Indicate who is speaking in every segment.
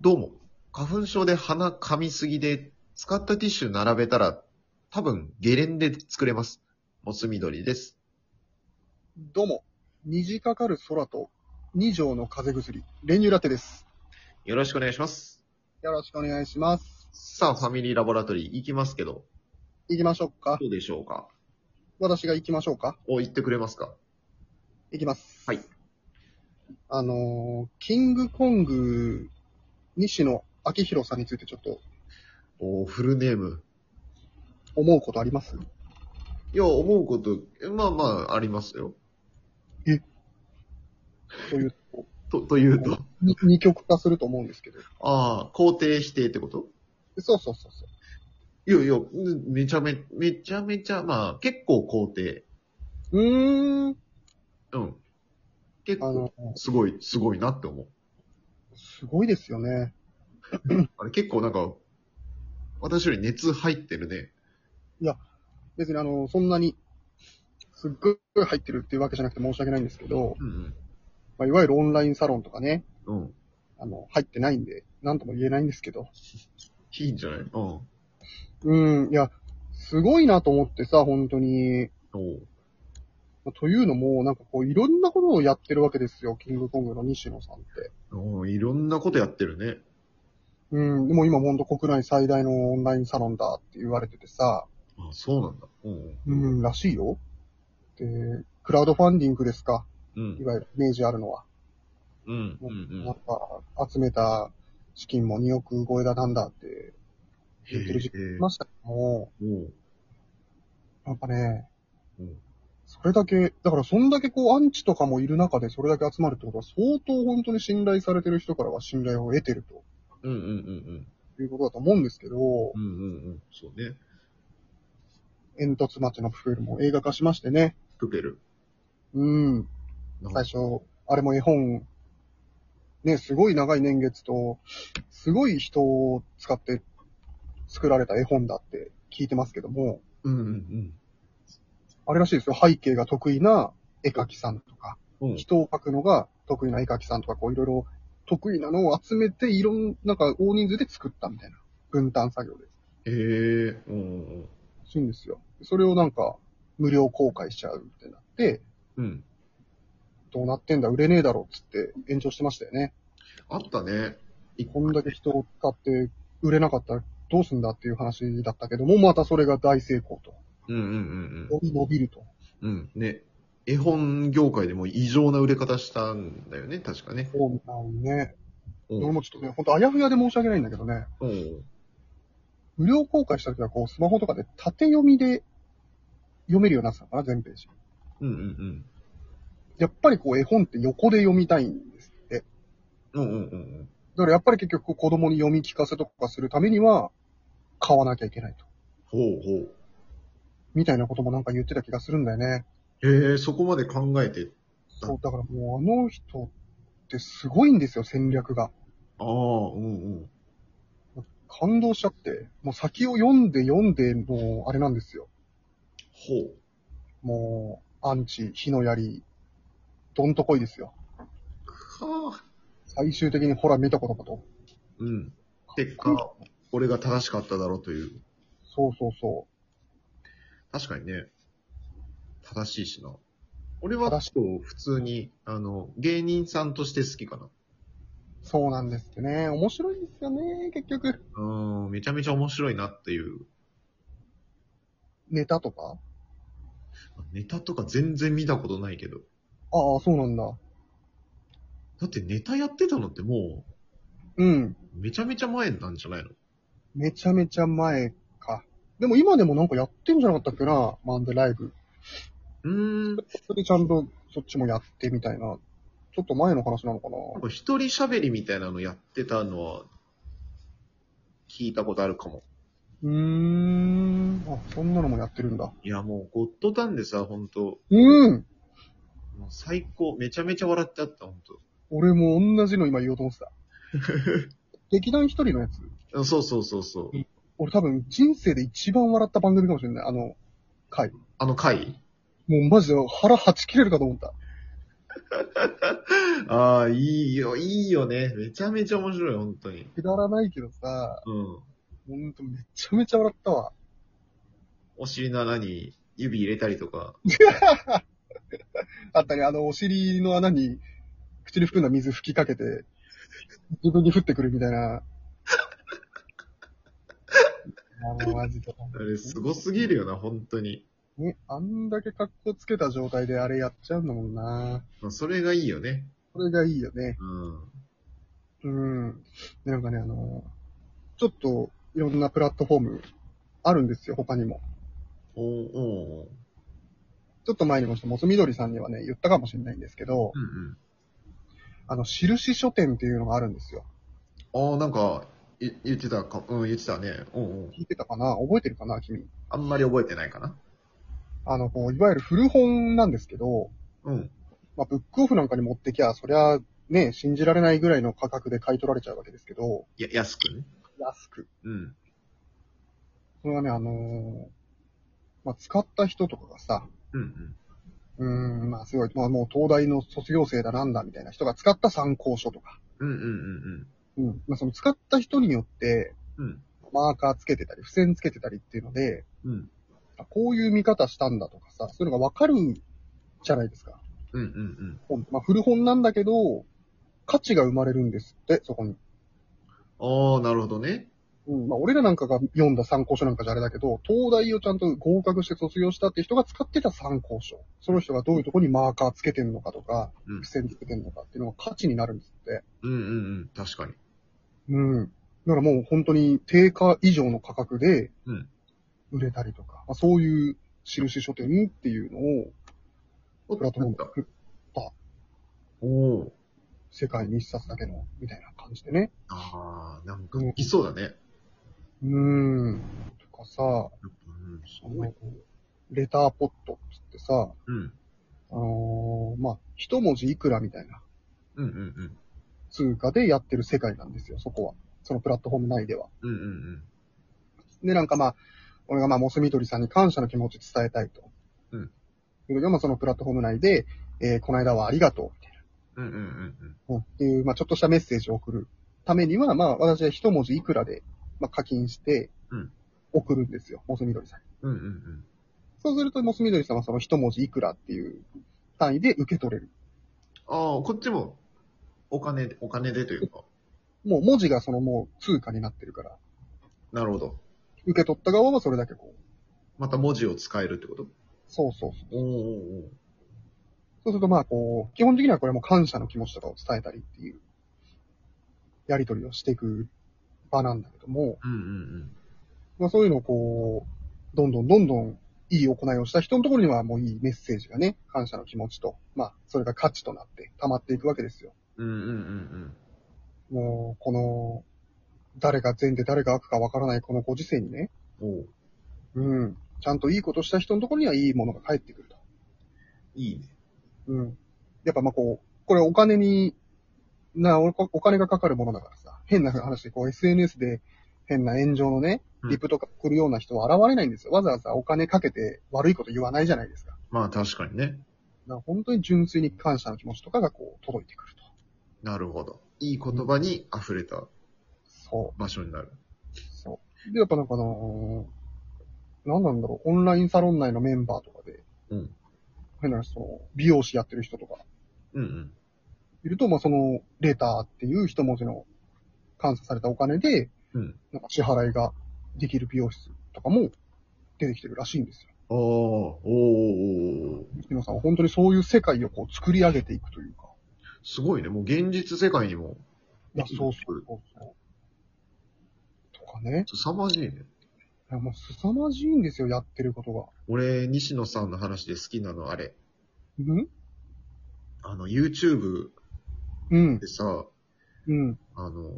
Speaker 1: どうも、花粉症で鼻噛みすぎで、使ったティッシュ並べたら、多分ゲレンデで作れます。モス緑です。
Speaker 2: どうも、虹かかる空と二条の風邪薬、練乳ラテです。
Speaker 1: よろしくお願いします。
Speaker 2: よろしくお願いします。
Speaker 1: さあ、ファミリーラボラトリー行きますけど、
Speaker 2: 行きましょうか。
Speaker 1: どうでしょうか
Speaker 2: 私が行きましょうか。
Speaker 1: お、行ってくれますか
Speaker 2: 行きます。
Speaker 1: はい。
Speaker 2: あのー、キングコング、西野明宏さんについてちょっと
Speaker 1: お、フルネーム。
Speaker 2: 思うことあります
Speaker 1: いや、思うこと、えまあまあ、ありますよ。
Speaker 2: というと、
Speaker 1: と、というと。
Speaker 2: に二極化すると思うんですけど。
Speaker 1: ああ、肯定否定ってこと
Speaker 2: そうそうそうそう。
Speaker 1: いやいや、うんめちゃめ、めちゃめちゃ、まあ、結構肯定。
Speaker 2: うーん。
Speaker 1: うん。結
Speaker 2: あ
Speaker 1: 構、
Speaker 2: の、
Speaker 1: すごい、すごいなって思う。
Speaker 2: すごいですよね。
Speaker 1: あれ結構なんか、私より熱入ってるね。
Speaker 2: 別にあの、そんなに、すっごい入ってるっていうわけじゃなくて申し訳ないんですけど、
Speaker 1: うん
Speaker 2: まあ、いわゆるオンラインサロンとかね、
Speaker 1: うん。うん。
Speaker 2: あの、入ってないんで、なんとも言えないんですけど。
Speaker 1: いいんじゃないうん。お
Speaker 2: うん、いや、すごいなと思ってさ、本当に。
Speaker 1: う
Speaker 2: というのも、なんかこう、いろんなことをやってるわけですよ、キングコングの西野さんって。
Speaker 1: おういろんなことやってるね。
Speaker 2: うん、でも今ほんと国内最大のオンラインサロンだって言われててさ、
Speaker 1: あそうなんだ。うん。
Speaker 2: うん、らしいよ。で、クラウドファンディングですか、
Speaker 1: うん
Speaker 2: い。わゆるイメージあるのは。
Speaker 1: うん。う
Speaker 2: なん
Speaker 1: ん。
Speaker 2: か、集めた資金も2億超えだなんだって
Speaker 1: へ
Speaker 2: 言ってる時期あ
Speaker 1: え
Speaker 2: り。ましたけども、
Speaker 1: おう
Speaker 2: やっぱね、
Speaker 1: うん
Speaker 2: それだけ、だからそんだけこうアンチとかもいる中でそれだけ集まるってことは相当本当に信頼されてる人からは信頼を得てると
Speaker 1: うんうんうん
Speaker 2: いうことだと思うんですけど
Speaker 1: うん。う、んうんうん。そうね。
Speaker 2: 煙突町のプペルも映画化しましてね、
Speaker 1: プペル。
Speaker 2: うん、
Speaker 1: なんか
Speaker 2: 最初、あれも絵本、ね、すごい長い年月と、すごい人を使って作られた絵本だって聞いてますけども、
Speaker 1: うんうん
Speaker 2: あれらしいですよ、背景が得意な絵描きさんとか、
Speaker 1: うん。うん。
Speaker 2: 人を描くのが得意な絵描きさんとか、こういろいろ得意なのを集めて、いろんなんか大人数で作ったみたいな分担作業で
Speaker 1: へえ。うんうん
Speaker 2: らしいんですよ。それをなんか無料公開しちゃうってなって、
Speaker 1: うん。うん。
Speaker 2: どうなってんだ、売れねえだろっつって延長してましたよね。
Speaker 1: あったね。一
Speaker 2: こんだけ人を使って売れなかったらどうすんだっていう話だったけども、またそれが大成功と。
Speaker 1: うんうんうん
Speaker 2: 伸び伸びると。
Speaker 1: うん。うん。ね。絵本業界でも異常な売れ方したんだよね、確かね。
Speaker 2: そうみたいね。
Speaker 1: う
Speaker 2: 俺
Speaker 1: ん。
Speaker 2: もちょっとね、ほんとあやふやで申し訳ないんだけどね、
Speaker 1: うん。
Speaker 2: 無料公開した時はこうスマホとかで縦読みで読めるようになってたのかな、全ページ。
Speaker 1: うんうん
Speaker 2: やっぱりこう絵本って横で読みたいんですって。
Speaker 1: うん。うんうんうん
Speaker 2: だからやっぱり結局子供に読み聞かせとかするためには、買わなきゃいけないと。
Speaker 1: ほうほう。
Speaker 2: みたいなこともなんか言ってた気がするんだよね。
Speaker 1: へえ、そこまで考えて。
Speaker 2: そう、だからもうあの人ってすごいんですよ、戦略が。
Speaker 1: ああ、うんうん。
Speaker 2: 感動しちゃって。もう先を読んで読んで、もうあれなんですよ。
Speaker 1: ほう。
Speaker 2: もう、アンチ、火の槍、どんとこいですよ。
Speaker 1: かあ。
Speaker 2: 最終的にほら見たことかと。
Speaker 1: うん。結果、俺が正しかっただろうという。
Speaker 2: そうそうそ
Speaker 1: 確かにね。正しいしな。俺は、
Speaker 2: 正し
Speaker 1: 普通に、あの、芸人さんとして好きかな。
Speaker 2: う。そうなんですってね。面白いですよね、結局。
Speaker 1: うーん、めちゃめちゃ面白いなっていう。
Speaker 2: ネタとか
Speaker 1: ネタとか全然見たことないけど。
Speaker 2: ああ、そうなんだ。
Speaker 1: だってネタやってたのっても
Speaker 2: うん。
Speaker 1: う、めちゃめちゃ前なんじゃないの
Speaker 2: めちゃめちゃ前か。でも今でもなんかやってんじゃなかったっけな、漫才ライブ。
Speaker 1: うーん。な
Speaker 2: それちゃんとそっちもやってみたいな。ちょっと前の話なのか
Speaker 1: ん
Speaker 2: な。
Speaker 1: か一人喋りみたいなのやってたのは、聞いたことあるかも。
Speaker 2: うーん。あ、そんなのもやってるんだ。
Speaker 1: いや、もう、ゴッドタンでさ、ほんと、
Speaker 2: うん
Speaker 1: もう最高、めちゃめちゃ笑っちゃった、ほんと
Speaker 2: 俺も同じの今言おうと思 ってた。劇団一人のやつ。
Speaker 1: あ。そうそうそうそう。
Speaker 2: 俺多分人生で一番笑った番組かもしれない。あの回。
Speaker 1: あの回
Speaker 2: もうマジで腹はち切れるかと思った。
Speaker 1: ああ、いいよ、いいよね。めちゃめちゃ面白い、本当に。
Speaker 2: くだらないけどさ、
Speaker 1: うん。
Speaker 2: ほんとめちゃめちゃ笑ったわ。
Speaker 1: お尻の穴に指入れたりとか。
Speaker 2: あったね、あの、お尻の穴に、口に含んだ水吹きかけて、自分に降ってくるみたいな。あの、マジで。
Speaker 1: あれ、すごすぎるよな、本当に。
Speaker 2: ね、あんだけ格好つけた状態であれやっちゃうんだもんな。
Speaker 1: まあそれがいいよね。
Speaker 2: それがいいよね。
Speaker 1: うん。
Speaker 2: うん。でなんかね、あの、ちょっと、いろんなプラットフォーム、あるんですよ、他にも。
Speaker 1: おおう
Speaker 2: ちょっと前にもちょっとモスみどりさんにはね、言ったかもしれないんですけど、
Speaker 1: うん
Speaker 2: あの、印書店っていうのがあるんですよ。
Speaker 1: うん。ああ、なんか、い言ってたか、うん、言ってたね。おうおう
Speaker 2: 聞いてたかな覚えてるかな君。
Speaker 1: あんまり覚えてないかな。
Speaker 2: あの、こう、いわゆる古本なんですけど、
Speaker 1: うん。
Speaker 2: まあ、ブックオフなんかに持ってきゃ、そりゃ、ね、信じられないぐらいの価格で買い取られちゃうわけですけど、
Speaker 1: や、安くね。
Speaker 2: 安く。
Speaker 1: うん。
Speaker 2: それはね、あのーまあ、使った人とかがさ、
Speaker 1: うんうん。
Speaker 2: うーん、まあ、すごい、まあ、もう東大の卒業生だなんだみたいな人が使った参考書とか、
Speaker 1: うんうんうん
Speaker 2: うん、まあ、その使った人によって、
Speaker 1: うん。うん。
Speaker 2: マーカーつけてたり、付箋つけてたりっていうので、
Speaker 1: うん。
Speaker 2: あこういう見方したんだとかさ、そういうのがわかるじゃないですか。
Speaker 1: うんうんうん。
Speaker 2: 本まあ、古本なんだけど、価値が生まれるんですって、そこに。
Speaker 1: ああ、なるほどね。
Speaker 2: うん、まあ、俺らなんかが読んだ参考書なんかじゃあれだけど、東大をちゃんと合格して卒業したって人が使ってた参考書。その人がどういうとこにマーカーつけてんのかとか、
Speaker 1: うん
Speaker 2: 付箋つけてんのかっていうのが価値になるんですって。
Speaker 1: うんうんうん。確かに。
Speaker 2: うん。だからもう本当に定価以上の価格で
Speaker 1: うん、
Speaker 2: 売れたりとか、まあ、そういう印書店っていうのを、
Speaker 1: お
Speaker 2: プラットフォーム
Speaker 1: なんか
Speaker 2: 作った
Speaker 1: おお。
Speaker 2: 世界に一冊だけの、みたいな感じでね。
Speaker 1: ああ、なんか、いそうだね。やっ
Speaker 2: うん。とかさ、
Speaker 1: ぱうん、す
Speaker 2: あ
Speaker 1: ごい
Speaker 2: の。レターポットっつってさ、
Speaker 1: うん。
Speaker 2: あのーまあ、一文字いくらみたいな
Speaker 1: うんうんうん。
Speaker 2: 通貨でやってる世界なんですよ、そこは。そのプラットフォーム内では。
Speaker 1: うんうんうん。
Speaker 2: で、なんかまあ、俺がまあ、モスみどりさんに感謝の気持ち伝えたいと。
Speaker 1: うん。
Speaker 2: いうのがまあ、そのプラットフォーム内で、えー、この間はありがとう、みたい
Speaker 1: うんうんうんうん。
Speaker 2: な。うん。っていう、まあ、ちょっとしたメッセージを送るためには、まあ、私は一文字いくらで、まあ、課金して
Speaker 1: うん、
Speaker 2: 送るんですよ、モスみどりさんに。
Speaker 1: うんうんうん。
Speaker 2: そうすると、モスみどりさんはその一文字いくらっていう単位で受け取れる。
Speaker 1: ああ、こっちも、お金で、お金でというか。
Speaker 2: もう文字がそのもう通貨になってるから、
Speaker 1: なるほど。
Speaker 2: 受け取った側はそれだけこう、
Speaker 1: また文字を使えるってこと
Speaker 2: そうそうそう。
Speaker 1: おおお
Speaker 2: そうするとまあこう、基本的にはこれも感謝の気持ちとかを伝えたりっていう、やりとりをしていく場なんだけども、
Speaker 1: うんうん
Speaker 2: まあそういうのをこう、どんどんどんどんいい行いをした人のところにはもういいメッセージがね、感謝の気持ちと、まあそれが価値となって溜まっていくわけですよ。
Speaker 1: うん。うんうんうん
Speaker 2: もう、この、誰が善で誰が悪かわからないこのご時世にね、
Speaker 1: うん。おお
Speaker 2: うん、ちゃんといいことした人のところにはいいものが返ってくると。
Speaker 1: いいね。
Speaker 2: うん。やっぱまあこう、これお金に、な、おお金がかかるものだからさ、変な話でこう SNS で変な炎上のね
Speaker 1: う、ん
Speaker 2: リプとか来るような人は現れないんですよ。わざわざお金かけて悪いこと言わないじゃないですか。だか
Speaker 1: まあ確かにね。
Speaker 2: ら本当に純粋に感謝の気持ちとかがこう届いてくると。
Speaker 1: なるほど。いい言葉に溢れた
Speaker 2: そ
Speaker 1: 場所になる。
Speaker 2: う、そう。で、やっぱなんかあのー、なんなんだろう、オンラインサロン内のメンバーとかで、
Speaker 1: うん。
Speaker 2: 変な話、その、美容師やってる人とか
Speaker 1: うんうん。
Speaker 2: いると、まあその、レターっていう一文字の感謝されたお金で、
Speaker 1: うん。
Speaker 2: なんか支払いができる美容室とかも出てきてるらしいんですよ。
Speaker 1: ああ、おーおーおーおー
Speaker 2: 日野さんは本当にそういう世界をこう作り上げていくというか。
Speaker 1: すごいね。もう現実世界にも、
Speaker 2: いや、そうそうそうそう。とかね。
Speaker 1: 凄まじいね。
Speaker 2: いや、もう凄まじいんですよ、やってることが。
Speaker 1: 俺、西野さんの話で好きなのあれ。
Speaker 2: うん
Speaker 1: あの、YouTube
Speaker 2: うん
Speaker 1: で。さ、
Speaker 2: うん。
Speaker 1: あの、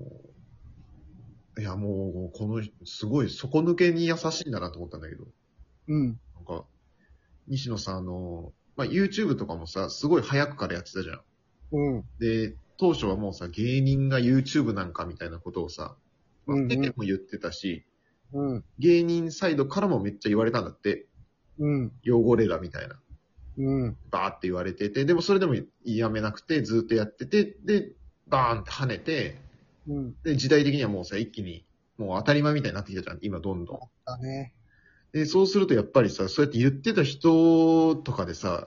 Speaker 1: いやもう、この人、すごい底抜けに優しいんだなと思ったんだけど、
Speaker 2: うん。
Speaker 1: なんか、西野さん、あの、まあ、YouTube とかもさ、すごい早くからやってたじゃん。
Speaker 2: うん。
Speaker 1: で、当初はもうさ、芸人が YouTube なんかみたいなことをさ、まあ、
Speaker 2: うんう
Speaker 1: 出
Speaker 2: ん
Speaker 1: ても言ってたし、
Speaker 2: うん。
Speaker 1: 芸人サイドからもめっちゃ言われたんだって、
Speaker 2: うん。
Speaker 1: 汚れだみたいな。
Speaker 2: うん。
Speaker 1: バーって言われてて、でもそれでもやめなくて、ずっとやってて、で、バーンって跳ねて、
Speaker 2: うん。
Speaker 1: で、時代的にはもうさ、一気に、もう当たり前みたいになってきたじゃん、今どんどん。
Speaker 2: だね。
Speaker 1: で、そうするとやっぱりさ、そうやって言ってた人とかでさ、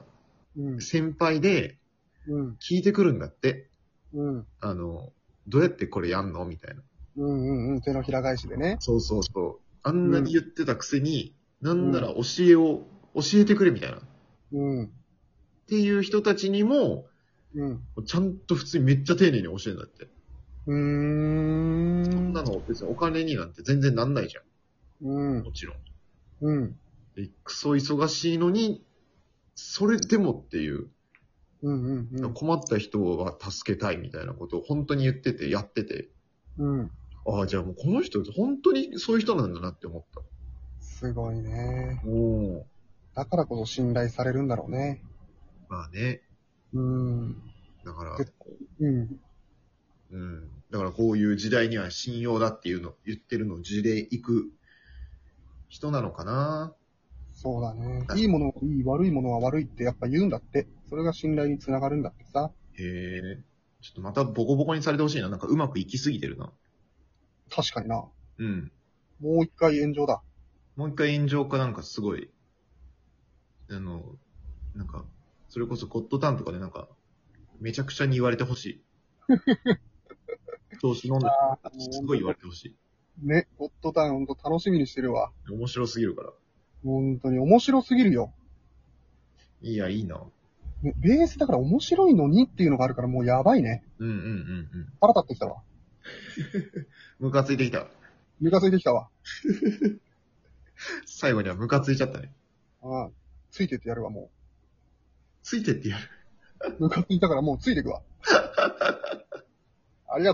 Speaker 2: うん。
Speaker 1: 先輩で
Speaker 2: うん。
Speaker 1: 聞いてくるんだって。
Speaker 2: うん。
Speaker 1: あの、どうやってこれやんのみたいな。
Speaker 2: うんうんうん。手のひら返しでね。
Speaker 1: そうそうそう。あんなに言ってたくせに、なんなら教えを、教えてくれみたいな。っ
Speaker 2: うん。
Speaker 1: ていう人たちにも、
Speaker 2: うん。
Speaker 1: ちゃんと普通にめっちゃ丁寧に教えるんだって。
Speaker 2: うー
Speaker 1: そん
Speaker 2: ん
Speaker 1: な。の別にお金になんて全然なんないじゃ。
Speaker 2: うんん。
Speaker 1: もちろん。
Speaker 2: うん。
Speaker 1: でクソ忙しいのに、それでもっていう、
Speaker 2: うんうんうん。
Speaker 1: 困った人は助けたいみたいなことを本当に言ってて、やってて、
Speaker 2: うん。
Speaker 1: ああ、じゃあもうこの人、本当にそういう人なんだなって思った。
Speaker 2: すごいね。
Speaker 1: おお。
Speaker 2: だからこそ信頼されるんだろうね。
Speaker 1: まあね。
Speaker 2: うん。
Speaker 1: だから、
Speaker 2: うん。
Speaker 1: うん。だからこういう時代には信用だっていうの、言ってるのを事例いく人なのかな。
Speaker 2: そうだね。いいものはいい、悪いものは悪いってやっぱ言うんだって。それが信頼につながるんだってさ。
Speaker 1: へえ。ちょっとまたボコボコにされてほしいな。なんかうまくいきすぎてるな。
Speaker 2: 確かにな。
Speaker 1: うん。
Speaker 2: もう一回炎上だ。
Speaker 1: もう一回炎上かなんかすごい、あの、なんか、それこそゴッドタンとかでなんか、めちゃくちゃに言われてほしい。調子飲んだ人すごい言われてほし
Speaker 2: ね、ゴッドタウンほんと楽しみにしてるわ。
Speaker 1: い。面白すぎるから。
Speaker 2: 本当に面白すぎるよ。
Speaker 1: いや、いいな。
Speaker 2: ねベースだから面白いのにっていうのがあるからもうやばいね。
Speaker 1: うんうんうんうん。
Speaker 2: 腹立ってきたわ。
Speaker 1: ムカついてきた。
Speaker 2: ムカついてきたわ。
Speaker 1: 最後にはムカついちゃったね。
Speaker 2: うん。ついてってやるわ、も
Speaker 1: ついてってやる。
Speaker 2: う。ムカついたからもうついてくわ。ありがとう。